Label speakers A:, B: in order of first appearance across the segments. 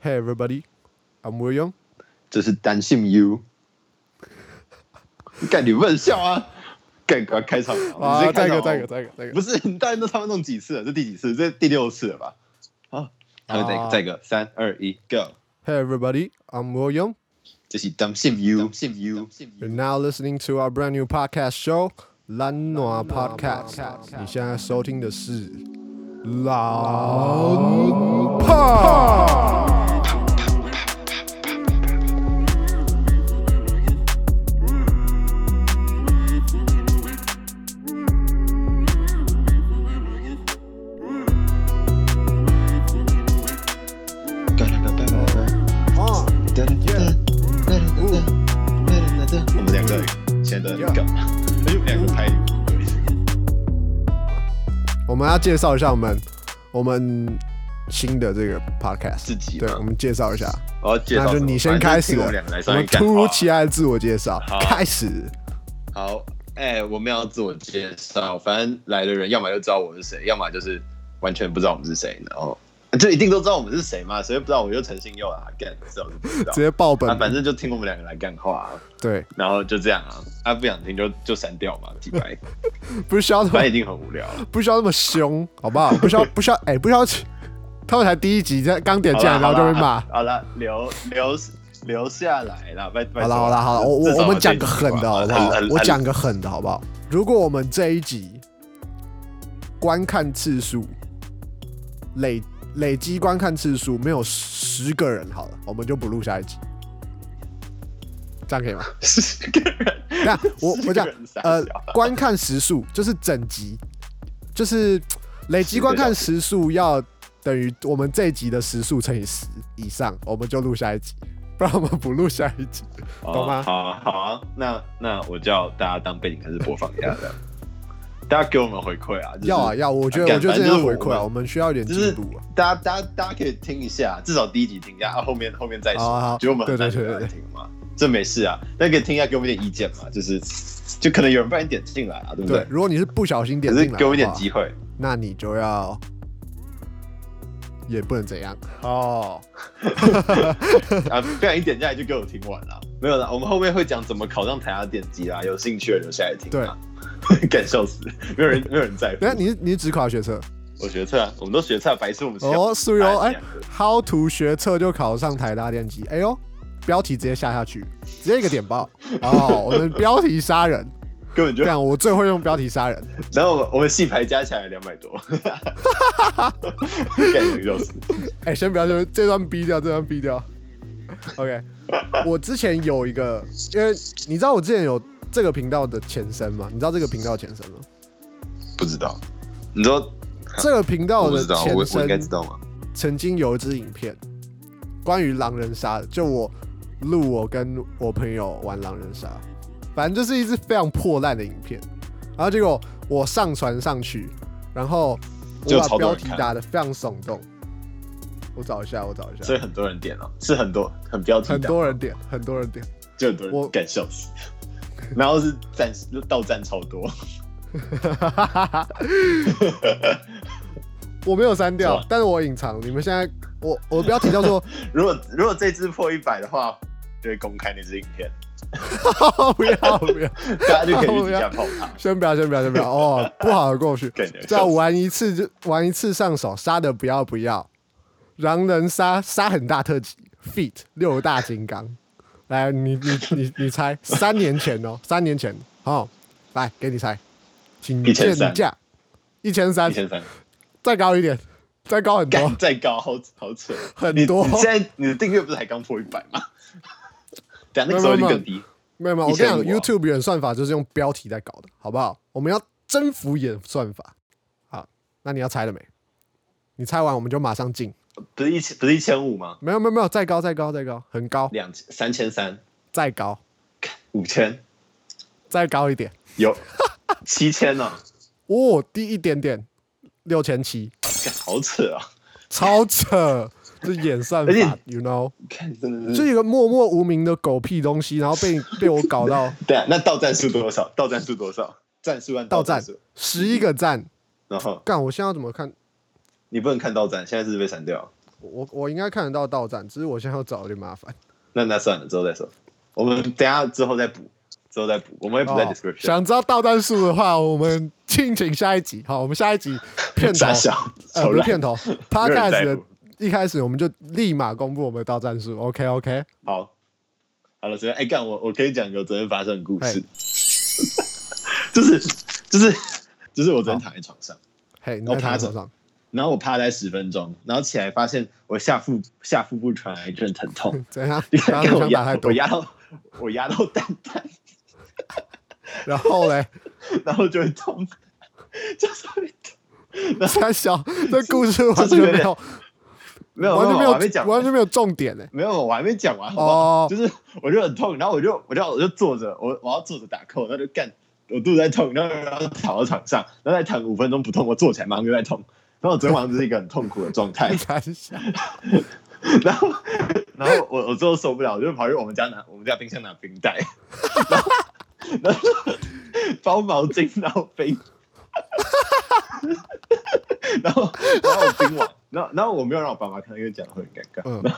A: Hey everybody, I'm William。
B: 这是单性 U。干你不能笑啊！干快开场啊！你
A: 啊，再
B: 直接
A: 一
B: 开
A: 个，
B: 场好
A: 再一个，再一个，再一
B: 不
A: 个。
B: 是你大家都他们弄几次了？这第几次？这第六次了吧？啊，还有再一
A: 啊
B: 个，再一个，三二一，Go！
A: Hey everybody, I'm William.
B: 这是单性 U，单性 U。
A: You're now listening to our brand new podcast show, 蓝暖 Podcast。你现在收听的是蓝帕。啊
B: 我们两个现在都很干嘛？而且我们两个拍，
A: 我们要介绍一下我们我们新的这个 podcast
B: 自己吗
A: 对，我们介绍一下。
B: 我要介绍
A: 那
B: 什
A: 就
B: 么。
A: 你先开始了，
B: 反正听我们两个来啊
A: 我
B: 上
A: 们
B: 一干
A: 突如
B: 话
A: 其来的啊自我介绍
B: 好
A: 开始。
B: 好，哎、我们要自我介绍，反正来的人要么就知道我们是谁，要么就是完全不知道我们是谁，然后就一定都知道我们是谁嘛， 谁会不知道？我就陈信佑啊，干，知道就不知道
A: 直。接爆本
B: 啊，，反正就听我们两个来干话、啊，
A: 对，
B: 然后就这样啊，啊不想听就就删掉嘛，几 白，
A: 不需要那么
B: 反正已经很无聊 了。
A: 不需要那么凶，好不好？不 需要，不需要，哎、不需要。他们才第一集，在刚点进来，然后就被骂。
B: 好了，留留留下来了，拜拜。
A: 好了，好了，好了，我我我们讲个狠的，好不好？我讲个狠的，好不好？如果我们这一集观看次数累累积观看次数没有十个人，好了，我们就不录下一集，这样可以吗？
B: 十个人，
A: 那我我讲
B: 十个人傻笑
A: 呃，观看时数就是整集，就是累积观看时数要等于我们这一集的时数乘以十以上，我们就录下一集，不然我们不录下一集，懂吗
B: 哦？好啊，好啊，那那我叫大家当背景开始播放一下的， 大家给我们回馈啊，就是
A: 要啊要，我觉得
B: 干
A: 我觉得
B: 反
A: 这要
B: 正就是
A: 回馈啊，
B: 我
A: 我
B: 们
A: 们需要一点
B: 就是
A: 进步啊。
B: 大家大家大家可以听一下，至少第一集听一下，啊后面后面再
A: 好啊好
B: 说，觉得我们很难
A: 对对对
B: 有人来听嘛，这没事啊，那可以听一下，给我们一点意见嘛，就是就可能有人不然点进来啊，对不
A: 对，？如果你是不小心点
B: 可是
A: 进来
B: 给
A: 的
B: 我们一点
A: 话，
B: 机会，
A: 那你就要也不能怎样哦。
B: 啊，不然一点进来就给我听完了。没有啦，我们后面会讲怎么考上台大电机啦，有兴趣的留下来听啊。 对，敢笑死，没有人没有人在乎
A: 等。下你是你是只考学测
B: 我学测啊，我们都学测啊，白痴我们是
A: 哦，素
B: 要
A: 游哎
B: 打两个
A: ，How to 学测就考上台大电机，哎呦，标题直接下下去，直接一个点爆哦，我们标题杀人，
B: 根本就
A: 这。样我最会用标题杀人，
B: 然后我们我们戏牌加起来两百多， 感觉就是
A: 哎，先不要这这段逼掉，这段逼掉，OK，我之前有一个，因为你知道我之前有这个频道的前身吗？你知道这个频道的前身吗？
B: 不知道。你说
A: 这个频道的前身
B: 道吗？
A: 曾经有一支影片，关于狼人杀的，就我录我跟我朋友玩狼人杀，反正就是一支非常破烂的影片。然后结果我上传上去，然后
B: 就
A: 我把
B: 超多
A: 标
B: 人
A: 题
B: 看
A: 打的非常耸动。我找一下，我找一
B: 所
A: 下，
B: 以很多人点了，哦是很多很标题党
A: 很多人点，很多人点。
B: 就很多
A: 我
B: 人敢笑死。然后是赞到赞超多，
A: 我没有删
B: 是
A: 掉
B: 吧，
A: 但是我隐藏。你们现在，我我标题叫做
B: 如果如果这支破一百的话，就会公开那支影片，
A: “哦不要不要”，
B: 大家就可以去底下泡 他。
A: 先不要，先不要，先不 要哦，不好的过去
B: 感觉。
A: 再玩一次就玩一次上手，杀的不要不要，狼人杀杀很大特辑，feat 六大金刚。来，你你你你猜， 三年前哦，三年前哦，来给你猜，请见
B: 1300
A: 价一千三
B: 一，千三，
A: 再高一点，再高很多
B: 敢，再高，好好扯，
A: 很
B: 你
A: 多
B: 你现在你的订阅不是还刚破一百吗？ 等下那个时候就更低。
A: 没有没有，我跟你
B: 1500
A: 讲
B: 啊
A: ，YouTube 演算法就是用标题在搞的，好不好？我们要征服演算法。好，那你要猜了没？你猜完我们就马上进。
B: 不是一千，不是一千五吗？
A: 没有没有没有，再高再高再高，很高，
B: 两千、三千三、
A: 再高
B: 五千，
A: 再高一点。
B: 有七千呢、
A: 哦，低一点点，六千七，
B: 干好扯啊！
A: 超扯， 这演算
B: 而且
A: 法，you know，
B: 看，真的。
A: 就是是一个默默无名的狗屁东西，然后 被被我搞到
B: 对啊，那到战数多少？到战数多少？战数按
A: 到
B: 战
A: 站
B: 数。
A: 十一个赞，
B: 然后
A: 干，我现在要怎么看？
B: 你不能看到战，现在是被删掉。
A: 我我应该看得到到站，只是我现在要找有点麻烦。
B: 那那算了，之后再说。我们等一下之后再补，之后再补，我们会补在
A: 哦
B: description。
A: 想知道到战术的话，我们敬请下一集。好，我们下一集片头
B: 傻，笑，
A: 呃，
B: 超
A: 不是
B: 烂。
A: 片 头
B: 有人
A: ，Podcast
B: 在
A: 的
B: 乎
A: 一开始我们就立马公布我们的到战术。OK OK，
B: 好，好了，随便。哎、干我，我可以讲一个昨天发生的故事
A: 嘿，
B: 就是就是就是我昨天躺在床上，
A: 嘿，你
B: 我
A: 在
B: 趴
A: 他
B: 着
A: 手上，，
B: 然后我趴在十分钟，然后起来发现我下腹下腹部传来一阵疼痛
A: 怎样？
B: 你
A: 然
B: 看
A: 后你
B: 我
A: 想打太
B: 压
A: 多
B: 我，压到我压到蛋蛋，
A: 然后 嘞，
B: 然后就会痛， 就是会痛。
A: 三小这故事完全没有，
B: 没有
A: 完全
B: 没
A: 没
B: 有，
A: 有
B: 我还没讲完
A: 完全没有重点 呢。
B: 没有，我还没讲完，好不好
A: 哦，
B: 就是我就很痛，然后我就我就我就坐着，我我要坐着打扣，然后就干，我肚子在痛，然后然后躺到床上，然后再躺五分钟不痛，我坐起来马上又在痛，然后我昨天晚上就是一个很痛苦的状态
A: 三小，
B: 然后然 后我我最后受不了，我就跑去我们家拿我们家冰箱拿冰 袋，然后然后包毛巾，然后 冰，然后然后我冰完，然后然后我没有让我爸妈看，因为讲得会很尴尬。
A: 嗯，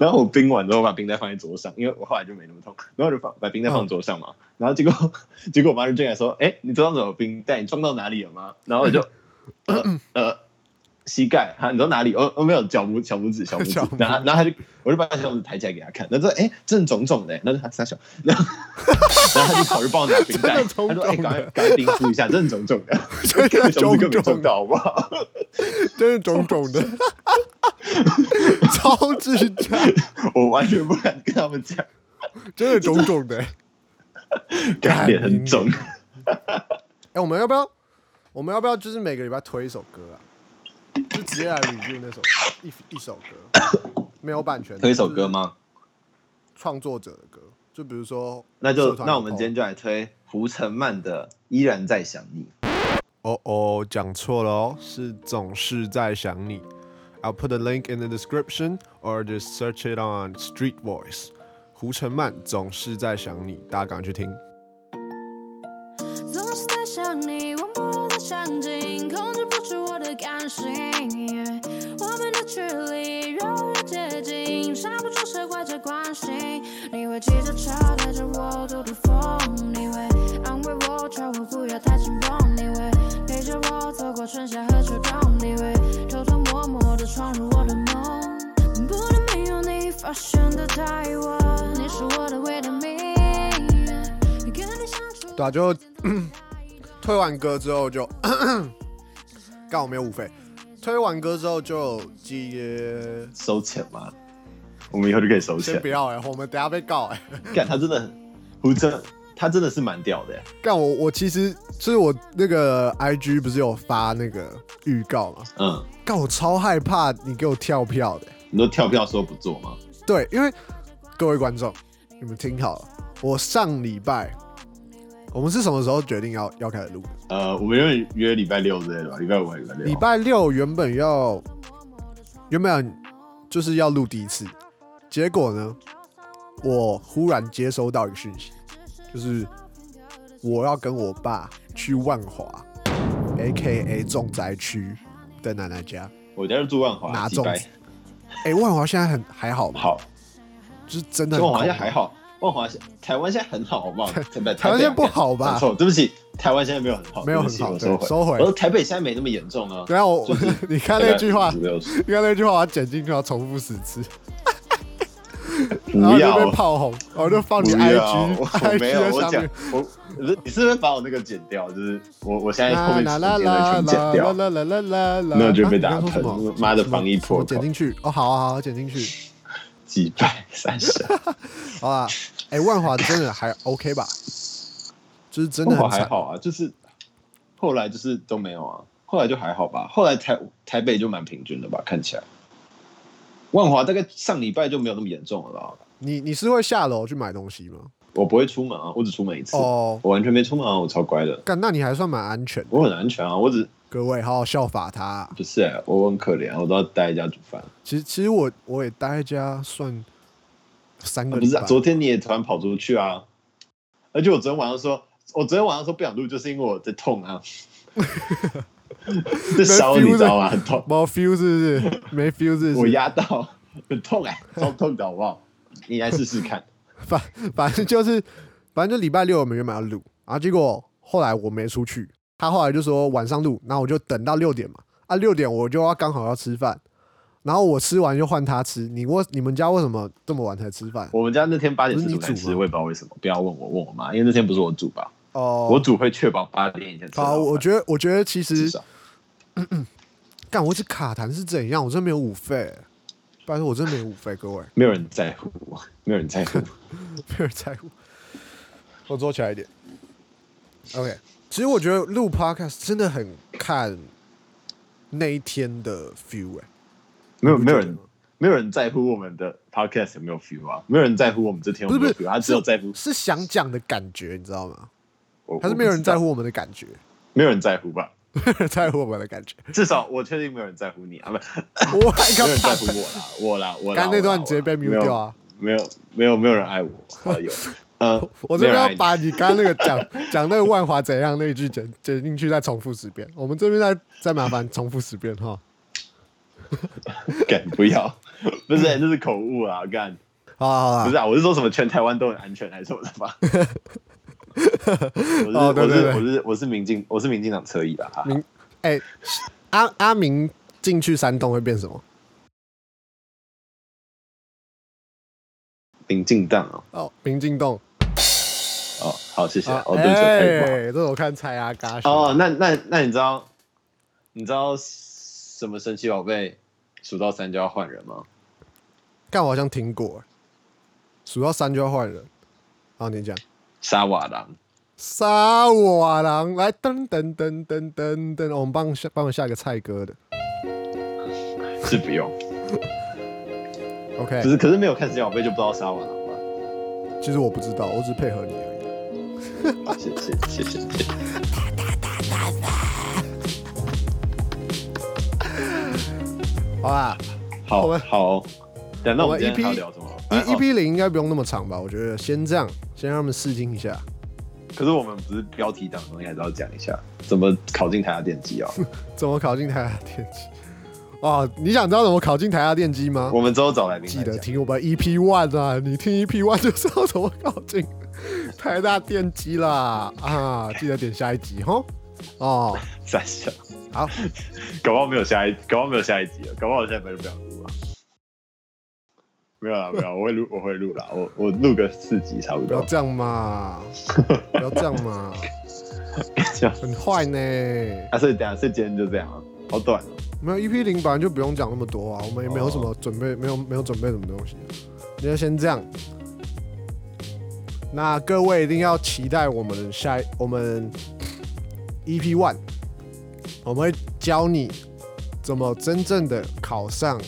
B: 然后我冰完之后，我把冰袋放在桌上，因为我后来就没那么痛，然后我就放把冰袋放桌上嘛。然后结果结果我妈就进来说：“哎、你桌上怎么有冰袋？你撞到哪里了吗？”然后我就呃呃膝盖，啊，你说哪里？哦哦没有，脚拇小拇指小拇指
A: 小拇指。
B: 然后然后他就我就把小拇指抬起来给他看，他说：“哎、正肿肿的。”那是他他小，然后然后他就跑去帮我拿冰袋，
A: 真的
B: 他
A: 肿
B: 说：“哎、
A: 肿的
B: 赶快赶快冰敷一下，真的肿肿的，
A: 真的
B: 小拇指根本
A: 肿
B: 肿
A: 肿的
B: 到好不好？”
A: 真是肿肿的， 超智障，
B: 我完全不敢跟他们讲，
A: 真的肿肿的。
B: 感
A: 干
B: 脸很
A: 你
B: 肿。
A: 哎、我们要不要？我们要不要就是每个礼拜推一首歌啊？就直接来 review 那首一一首歌，没有版权的，
B: 推一首歌？吗？
A: 创作者的歌，就比如说
B: 那就
A: 社团
B: 那
A: 有
B: 我们
A: 包
B: 今天就来推胡承曼的《依然在想你》。
A: 哦哦，讲错了哦，是总是在想你。I'll put a link in the description or just search it on Street Voice。胡承曼总是在想你，大家赶快去听。
C: 总是在想你，忘不了的场景，控制不住我的感性。我们的距离越来越接近，刹不住谁怪这关心。你会骑着车带着我兜兜风，你会安慰我叫我不要太紧绷，你会陪着我走过春夏和秋冬，你会偷偷摸摸的闯入我的梦。不能没有你发现的太晚，你是我的维他命。跟你相处。
A: 对啊，就 推完歌之后就， 刚好没有五费。推完歌之后就接，
B: 收钱吗？我们以后就可以收
A: 先
B: 钱
A: 不。要哎、我们等下被告哎、
B: 干，他真的很胡承，他真的是蛮屌的。
A: 干我我其实就是我那个 IG 不是有发那个预告嘛？
B: 嗯，
A: 干我超害怕你给我跳票的欸、
B: 你都跳票说不做吗？
A: 对，因为各位观众，你们听好了，我上礼拜我们是什么时候决定要要开始录的？
B: 呃，我们原本约礼拜六之类的吧，礼拜五还是礼拜六？啊
A: 礼拜六原本要原本就是要录第一次，结果呢，我忽然接收到一个讯息，就是我要跟我爸去万华，A K A 重灾区的奶奶家。
B: 我家就住万华，
A: 拿
B: 几百
A: 粽子哎、万华现在很还好吗？
B: 好，
A: 就是真的
B: 万
A: 很
B: 华现在
A: 恐怖
B: 还。好，万华现台湾现在很好，好不 好？台北
A: 台湾现在不好吧
B: 讲错，对不起，台湾现在没有很好，
A: 没有
B: 对不起
A: 很好
B: 我收
A: 对
B: 回，
A: 收回
B: 我说台北现在没那么严重啊。
A: 等一下我，
B: 就是
A: 你看那句话，
B: 大概
A: 你
B: 50-60
A: 看那句话，我要剪进去，要重复十次，然后
B: 不
A: 就
B: 要啊
A: 被炮红，我就放
B: 不
A: 你
B: 要，
A: IG
B: 我我
A: IG
B: 没有，
A: 在
B: 我
A: 上
B: 讲
A: 面。
B: 我，不是你是不是把我那个剪掉？就是我我现在哎后面时间的全剪掉，
A: 啦啦啦啦啦
B: 那就被打
A: 啊你刚刚说
B: 喷
A: 什么
B: 妈的
A: 什么
B: 防疫
A: 什么
B: 破口
A: 剪进去哦，好啊好啊，剪进去，
B: 几百三十，
A: 好啊。哎，万华真的还 OK 吧？就是 真的
B: 万华
A: 很
B: 还
A: 惨，
B: 好啊，就是后来就是都没有啊，后来就还好吧，后来台台北就蛮平均的吧，看起来。万华大概上礼拜就没有那么严重了啦，
A: 你你是会下楼去买东西吗？
B: 我不会出门啊，我只出门一次，
A: 哦，
B: 我完全没出门啊，我超乖的，
A: 干，那你还算蛮安全的。
B: 我很安全啊，我只
A: 各位好好效法他啊。
B: 不是欸、我很可怜啊，我都要待在家煮饭。
A: 其实其实我我也待在家算三
B: 啊
A: 个
B: 不
A: 礼
B: 是、
A: 拜
B: 啊，，昨天你也突然跑出去啊！ 而且我昨天晚上说，我昨天晚上说不想录，就是因为我在痛啊。这烧你知道吗？很痛，
A: 没 feel 是不是？没 feel 是不是？
B: 我压到很痛哎、超痛的好不好？你来试 试看。
A: 反反正就是，反正就礼拜六我们原本要录，然后结果后来我没出去，他后来就说晚上录，然后我就等到六点嘛，啊六点我就要刚好要吃饭，然后我吃完就换他吃，你为你们家为什么这么晚才吃饭？
B: 我们家那天八点四十五
A: 不是
B: 才
A: 你煮
B: 吃，
A: 吗
B: 我也不知道为什么。不要问我，问我妈，因为那天不是我煮吧？
A: 哦，
B: 我煮会确保八点以前吃到
A: 好，
B: 饭。
A: 我觉得我觉得其
B: 至
A: 实
B: 少
A: 干我是卡痰是怎样，我真没有五费、欸，拜托我真没有五费，各位
B: 没有人在乎我，没有 人在乎。
A: 没有人在乎。我坐起来一点。OK，其实我觉得录 Podcast 真的很看那一天的 feel 哎、
B: 没有
A: 你不
B: 没有
A: 觉得
B: 人
A: 吗，
B: 没有人在乎我们的 podcast 有没有 feel 啊，没有人在乎我们这天有
A: 不是
B: 没
A: 不是
B: 有 feel，，他只有在乎
A: 是是想讲的感觉，你知道吗？
B: 我，
A: 还是
B: 我
A: 没有
B: 不
A: 人
B: 知道
A: 在，乎我们的感觉，
B: 没有人在乎吧？
A: 没有人在乎我们的感觉。
B: 至少我确定没有人在乎 你啊，不，
A: 我
B: 没有人在
A: 刚
B: 乎我啦，我啦，我啦。
A: 刚那段
B: 我啦
A: 直接被 mute 掉啊！
B: 没有，没有没有，没有人爱我，好有，呃，
A: 我这
B: 没
A: 边
B: 有人爱
A: 要
B: 你
A: 把你刚刚那个讲讲那个万华怎样那一句剪剪进去，再重复十遍。我们这边再再麻烦重复十遍哈。
B: 干不要， 不是，这是口误啊，干，
A: 好啊好啊
B: 不是啊，我是说什么全台湾都很安全还是什么的 吧？
A: 哦
B: 我是
A: 对
B: 我
A: 对
B: 是
A: 对
B: 我是我是民进我是民进党车衣吧，哈哈
A: 民哎、阿阿明进去山洞会变什么？
B: 民进党哦，
A: 哦，明进洞。
B: 哦，好，谢谢，
A: 啊
B: 哦，对不起，我太不好了
A: 哎，这我看蔡阿嘎学的。
B: 哦，那那那你知道你知道什么神奇宝贝数到三就要换人吗？
A: 干我好像听过，数到三就要换人。好，你讲。
B: 沙瓦狼，
A: 沙瓦狼来噔噔噔噔噔哦噔，我们帮下帮我下一个蔡哥的
B: 是不用，
A: ，OK
B: 只。是可是没有看神奇宝贝就不知道沙瓦狼吧？
A: 其实我不知道，我只是配合你而已。啊
B: 好谢谢谢谢谢谢，
A: 好啦我
B: 好
A: 们
B: 好，等那我
A: 我们
B: 们今天
A: EP
B: 还要聊什么？
A: 一
B: 哎
A: 一
B: 哦
A: E， P 零应该不用那么长吧？我觉得先这样，先让他们试听一下。
B: 可是我们不是标题党的东西，还是要讲一下怎么考进台大电 机啊？
A: 怎么考进台大电机？哦，你想知道怎么考进台大电机吗？
B: 我们之后找来宾
A: 记
B: 来
A: 得
B: 讲。
A: 听我们 EP One 啊，你听 EP One 就知道怎么搞进台大电机啦啊！记得点下一集吼。哦，
B: 三小，
A: 好，
B: 搞不好没有下一，搞不好没有下一集了，搞不好我下一集就不想录了。没有啦，没有啦，我会录，我会录啦，我我录个四集差不
A: 不要
B: 多。
A: 这样嘛，不要这样嘛，
B: 这样，
A: 很坏呢。
B: 啊，所以等一下，所以今天就这样啊，好短哦。
A: 没有 EP 零本来就不用讲那么多啊，我们也没有什么准备，没有没有准备什么东西，那就先这样。那各位一定要期待我们下一我们 EP One，我们会教你怎么真正的考上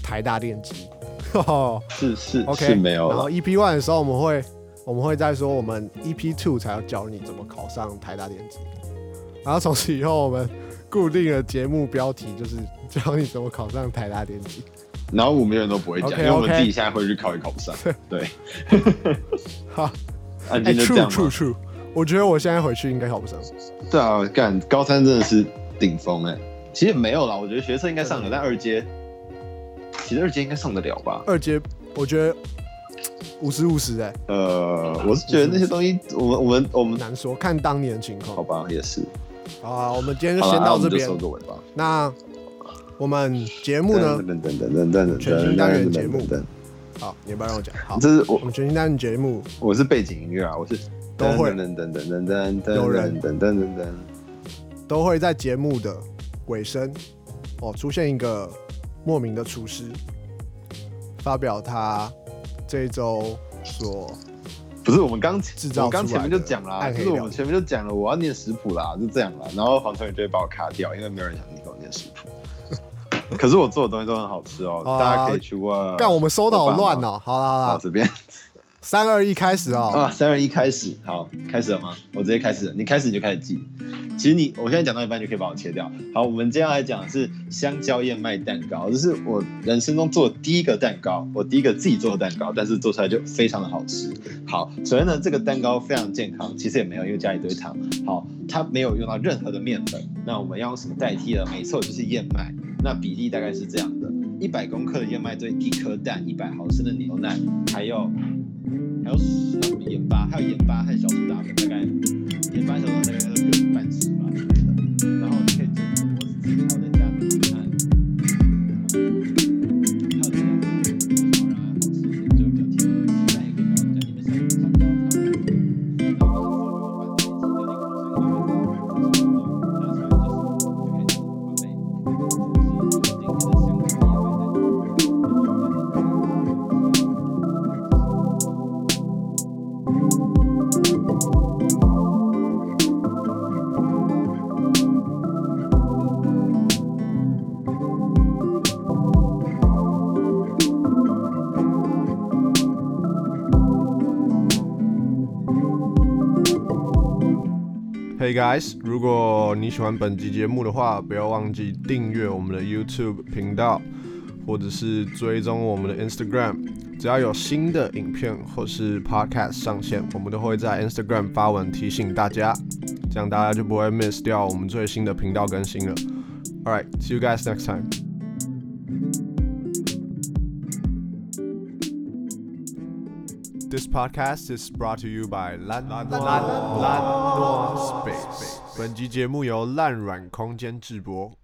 A: 台大电机。
B: 是是
A: OK，
B: 是没有
A: 然后
B: 了，
A: EP One 的时候，我们会我们会再说，我们 EP Two 才要教你怎么考上台大电机。然后从此以后，我们固定的节目标题就是教你怎么考上台大电机。
B: 然后我们永远都不会讲，因
A: OK，
B: 为我们
A: OK
B: 自己现在回去考也考 不上。对，
A: 好，
B: 啊，今
A: 哎
B: 天就这
A: ，True
B: 样吧
A: True。True，我觉得我现在回去应该考不上。
B: 对啊，干高三真的是顶峰哎、其实没有啦，我觉得学测应该上了，但二阶其实二阶应该上得了吧？
A: 二阶，我觉得五十五十哎，
B: 呃，我是觉得那些东西，我们我们我们
A: 难说，看当年的情况。
B: 好吧，也是，
A: 好啊，我们今天就
B: 好
A: 先
B: 啦那
A: 到
B: 我
A: 这
B: 们就
A: 边
B: 收。个尾吧。
A: 那我们节目呢？
B: 等等等等等等
A: 全新
B: 等
A: 单元
B: 等
A: 节目
B: 等等，
A: 好，你不要让我讲。好，
B: 这是我
A: 我们全新单元节目
B: 我是背景音乐啊，我是
A: 都会
B: 等等等等等等
A: 有人
B: 等等等等，
A: 都会在节目的尾声哦出现一个莫名的厨师，发表他这一周所
B: 不是我们刚
A: 制造
B: 我刚前面就
A: 出来的哎
B: 讲啦，
A: 暗
B: 就
A: 黑
B: 是我
A: 料
B: 们
A: 理
B: 前面就讲了，我要念食谱啦，就这样啦。然后黄成宇就会把我卡掉，因为没有人想听我念食 谱。可是我做的东西都很好吃哦，
A: 啊
B: 大家可以去问。
A: 干我们收的好乱
B: 哦！
A: 哦。好啦好
B: 好，
A: 啦，
B: 这边
A: 三二一开始哦。
B: 啊，三二一开始，好，开始了吗？我直接开始了，你开始你就开始记。其实你，我现在讲到一半就可以把我切掉。好，我们接下来讲的是香蕉燕麦蛋糕，这是我人生中做的第一个蛋糕，我第一个自己做的蛋糕，但是做出来就非常的好吃。好，首先呢，这个蛋糕非常健康，其实也没有，因为家里堆糖。好，它没有用到任何的面粉。那我们要用什么代替呢？没错，就是燕麦。那比例大概是这样的：一百公克的燕麦对一颗蛋，一百毫升的牛奶，还有还有什么盐巴，还有盐巴和小苏打粉，大概盐巴、小苏打粉大概各半匙吧之类的。然后你可以整个我是自己泡在家里面按，还有这样子，少让它好吃一点，就比较甜。鸡蛋也可以不要加，你们想香蕉炒蛋。然后我把这一集的那个香蕉味道给它拿出来，就是就可以直接完美。
A: Hey guys，如果你喜欢本集节目的话，不要忘记订阅我们的 YouTube 频道，或者是追踪我们的 Instagram。只要有新的影片或是 Podcast 上线，我们都会在 Instagram 发文提醒大家，这样大家就不会 miss 掉我们最新的频道更新了。Alright, see you guys next time. This podcast is brought to you by 烂烂烂烂 Space。本集节目由烂软空间制播。